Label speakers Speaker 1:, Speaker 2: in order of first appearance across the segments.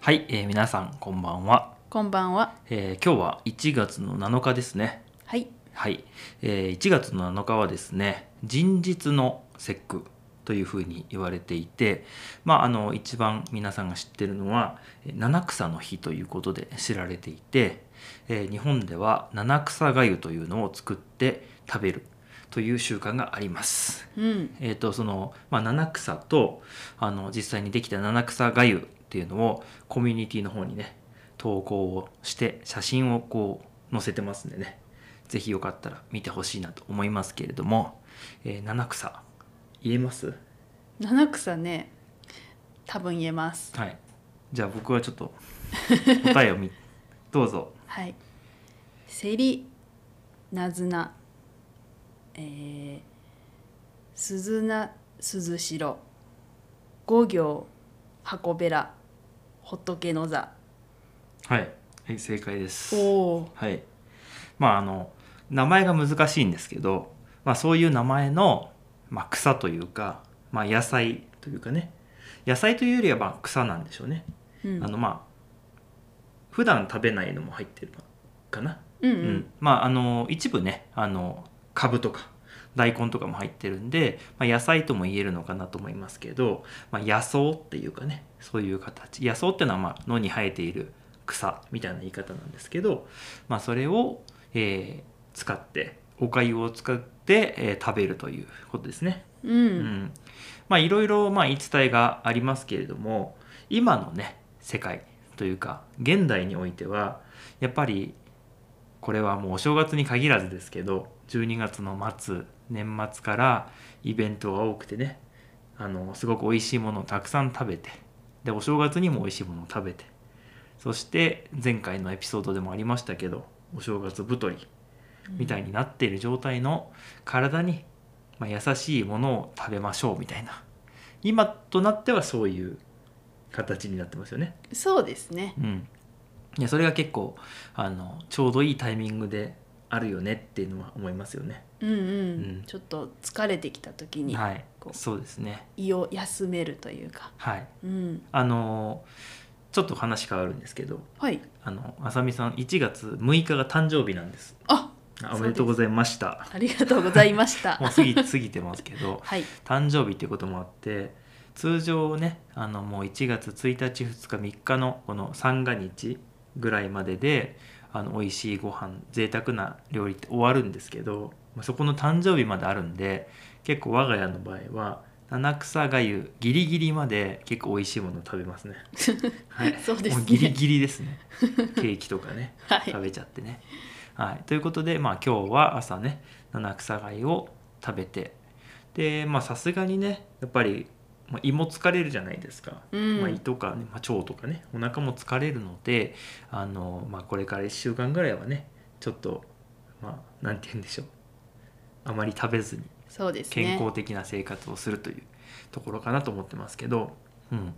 Speaker 1: はい、えー皆さんこんばんは、
Speaker 2: こんばんは。
Speaker 1: えー今日は1月の7日ですね
Speaker 2: はい。
Speaker 1: はい、えー1月の7日はですね人日の節句というふうに言われていてまああの一番皆さんが知ってるのはえー七草の日ということで知られていて、えー日本では七草がゆというのを作って食べるという習慣があります
Speaker 2: うん。
Speaker 1: えーとそのまあ、七草とあの実際にできた七草がゆっていうのをコミュニティの方にね投稿をして写真をこう載せてますんでねぜひよかったら見てほしいなと思いますけれども、えー七草言えます
Speaker 2: 七草ね。多分言えます。
Speaker 1: はいじゃあ僕はちょっと答えを見 どうぞ
Speaker 2: はい。セリ。ナズナ。えー。鈴な、鈴代。五行。箱べら。仏の座。
Speaker 1: はい、はい、正解です
Speaker 2: お。
Speaker 1: はい、まああの名前が難しいんですけど、まあ、そういう名前の、まあ、草というか、まあ、野菜というかね野菜というよりはまあ草なんでしょうね、
Speaker 2: うん。
Speaker 1: あのまあ普段食べないのも入ってるのかな、
Speaker 2: うん、
Speaker 1: う
Speaker 2: うんん。
Speaker 1: まああの一部ねあの株とか大根とかも入ってるんで、まあ、野菜とも言えるのかなと思いますけど、まあ、野草っていうかねそういう形野草ってのはまあ野に生えている草みたいな言い方なんですけど、まあ、それを、えー使ってお粥を使って、えー食べるということですね。
Speaker 2: う。
Speaker 1: うんん、まあいろいろまあ言い伝えがありますけれども今のね世界というか現代においてはやっぱりこれはもうお正月に限らずですけど12月の末年末からイベントが多くてねあのすごく美味しいものをたくさん食べてでお正月にも美味しいものを食べてそして前回のエピソードでもありましたけどお正月太りみたいになっている状態の体に、まあ、優しいものを食べましょうみたいな今となってはそういう形になってますよね。
Speaker 2: そうですね。
Speaker 1: うん、いやそれが結構あのちょうどいいタイミングであるよねっていうのは思いますよね。
Speaker 2: うん、うん、
Speaker 1: うん
Speaker 2: ちょっと疲れてきた時に。
Speaker 1: はい
Speaker 2: こ、う
Speaker 1: そうですね。
Speaker 2: 胃を休めるというか。
Speaker 1: はい、
Speaker 2: うん。
Speaker 1: あのちょっと話変わるんですけど、
Speaker 2: はい。
Speaker 1: あのあさみさん1月6日が誕生日なんです。
Speaker 2: あ。
Speaker 1: あおめでとうございました。
Speaker 2: ありがとうございました。
Speaker 1: もう過ぎ過ぎてますけど、
Speaker 2: はい。
Speaker 1: 誕生日っていうこともあって通常ねあのもう1月1日2日3日のこの三が日ぐらいまでであの美味しいご飯贅沢な料理って終わるんですけどまあそこの誕生日まであるんで結構我が家の場合は七草がゆギリギリまで結構美味しいものを食べます ね。はい、
Speaker 2: そうですね
Speaker 1: もうギリギリですね。ケーキとかね
Speaker 2: はい
Speaker 1: 食。べちゃってね。はい、ということで、まあ、今日は朝ね七草がゆを食べてでまあさすがにねやっぱり、まあ、胃も疲れるじゃないですか、
Speaker 2: うん
Speaker 1: まあ、胃とか、ねまあ、腸とかねお腹も疲れるのであの、まあ、これから1週間ぐらいはねちょっとまあなんて言うんでしょうあまり食べずに
Speaker 2: そうですね。
Speaker 1: 健康的な生活をするというところかなと思ってますけど、うん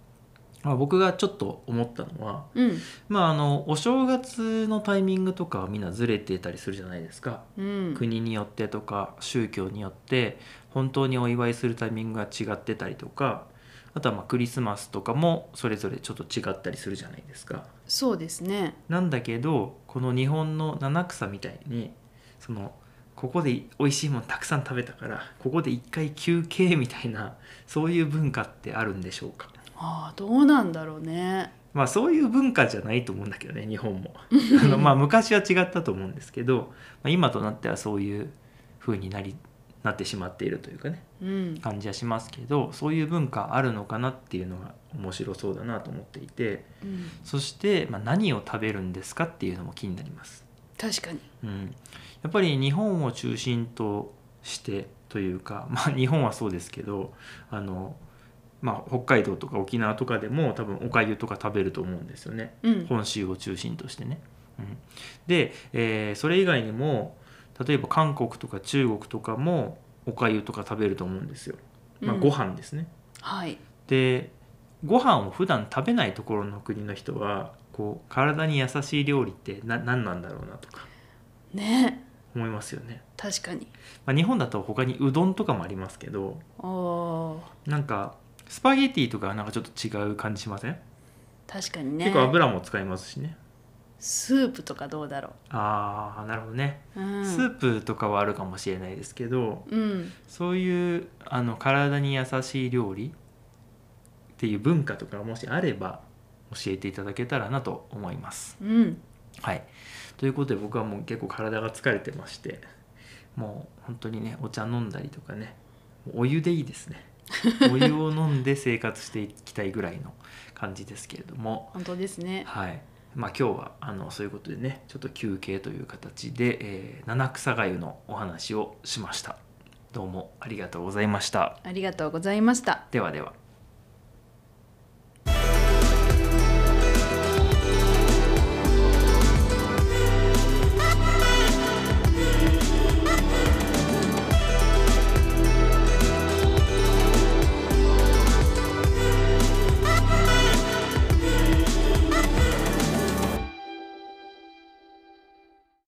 Speaker 1: まあ、僕がちょっと思ったのは
Speaker 2: うん。
Speaker 1: まああのお正月のタイミングとかはみんなずれてたりするじゃないですか、
Speaker 2: うん。
Speaker 1: 国によってとか宗教によって本当にお祝いするタイミングが違ってたりとかあとはまあクリスマスとかもそれぞれちょっと違ったりするじゃないですか
Speaker 2: そうですね。
Speaker 1: なんだけどこの日本の七草みたいにそのここで美味しいものたくさん食べたからここで一回休憩みたいなそういう文化ってあるんでしょうか
Speaker 2: ああ、どうなんだろうね。
Speaker 1: まあそういう文化じゃないと思うんだけどね日本もあのまあ昔は違ったと思うんですけど、まあ、今となってはそういう風になりなってしまっているというかね
Speaker 2: うん。
Speaker 1: 感じはしますけどそういう文化あるのかなっていうのが面白そうだなと思っていて
Speaker 2: うん。
Speaker 1: そして、まあ、何を食べるんですかっていうのも気になります。
Speaker 2: 確かに。
Speaker 1: うん、やっぱり日本を中心としてというか、 まあ、日本はそうですけどあの、まあ、北海道とか沖縄とかでも多分おかゆとか食べると思うんですよね
Speaker 2: うん。
Speaker 1: 本州を中心としてね。うん、で、えーそれ以外にも例えば韓国とか中国とかもおかゆとか食べると思うんですよ。まあ、
Speaker 2: うん
Speaker 1: ご飯ですね、
Speaker 2: はい。
Speaker 1: でご飯を普段食べないところの国の人はこう体に優しい料理ってな何なんだろうなとか
Speaker 2: ね。
Speaker 1: 思いますよね。
Speaker 2: 確かに。
Speaker 1: まあ、日本だと他にうどんとかもありますけど
Speaker 2: ああ。
Speaker 1: なんかスパゲティとかはなんかちょっと違う感じしません
Speaker 2: 確かにね
Speaker 1: 結構油も使いますしね
Speaker 2: スープとかどうだろ
Speaker 1: ああなるほどね、
Speaker 2: う、うん、
Speaker 1: スープとかはあるかもしれないですけど
Speaker 2: うん
Speaker 1: そういうあの体に優しい料理っていう文化とかもしあれば教えていただけたらなと思います。
Speaker 2: うん
Speaker 1: はい、ということで僕はもう結構体が疲れてましてもう本当にねお茶飲んだりとかねお湯でいいです ねお湯を飲んで生活していきたいぐらいの感じですけれども、
Speaker 2: 本当ですね
Speaker 1: はいまあ、今日はあのそういうことでねちょっと休憩という形で、えー七草がゆのお話をしましたどうもありがとうございました
Speaker 2: ありがとうございました
Speaker 1: ではでは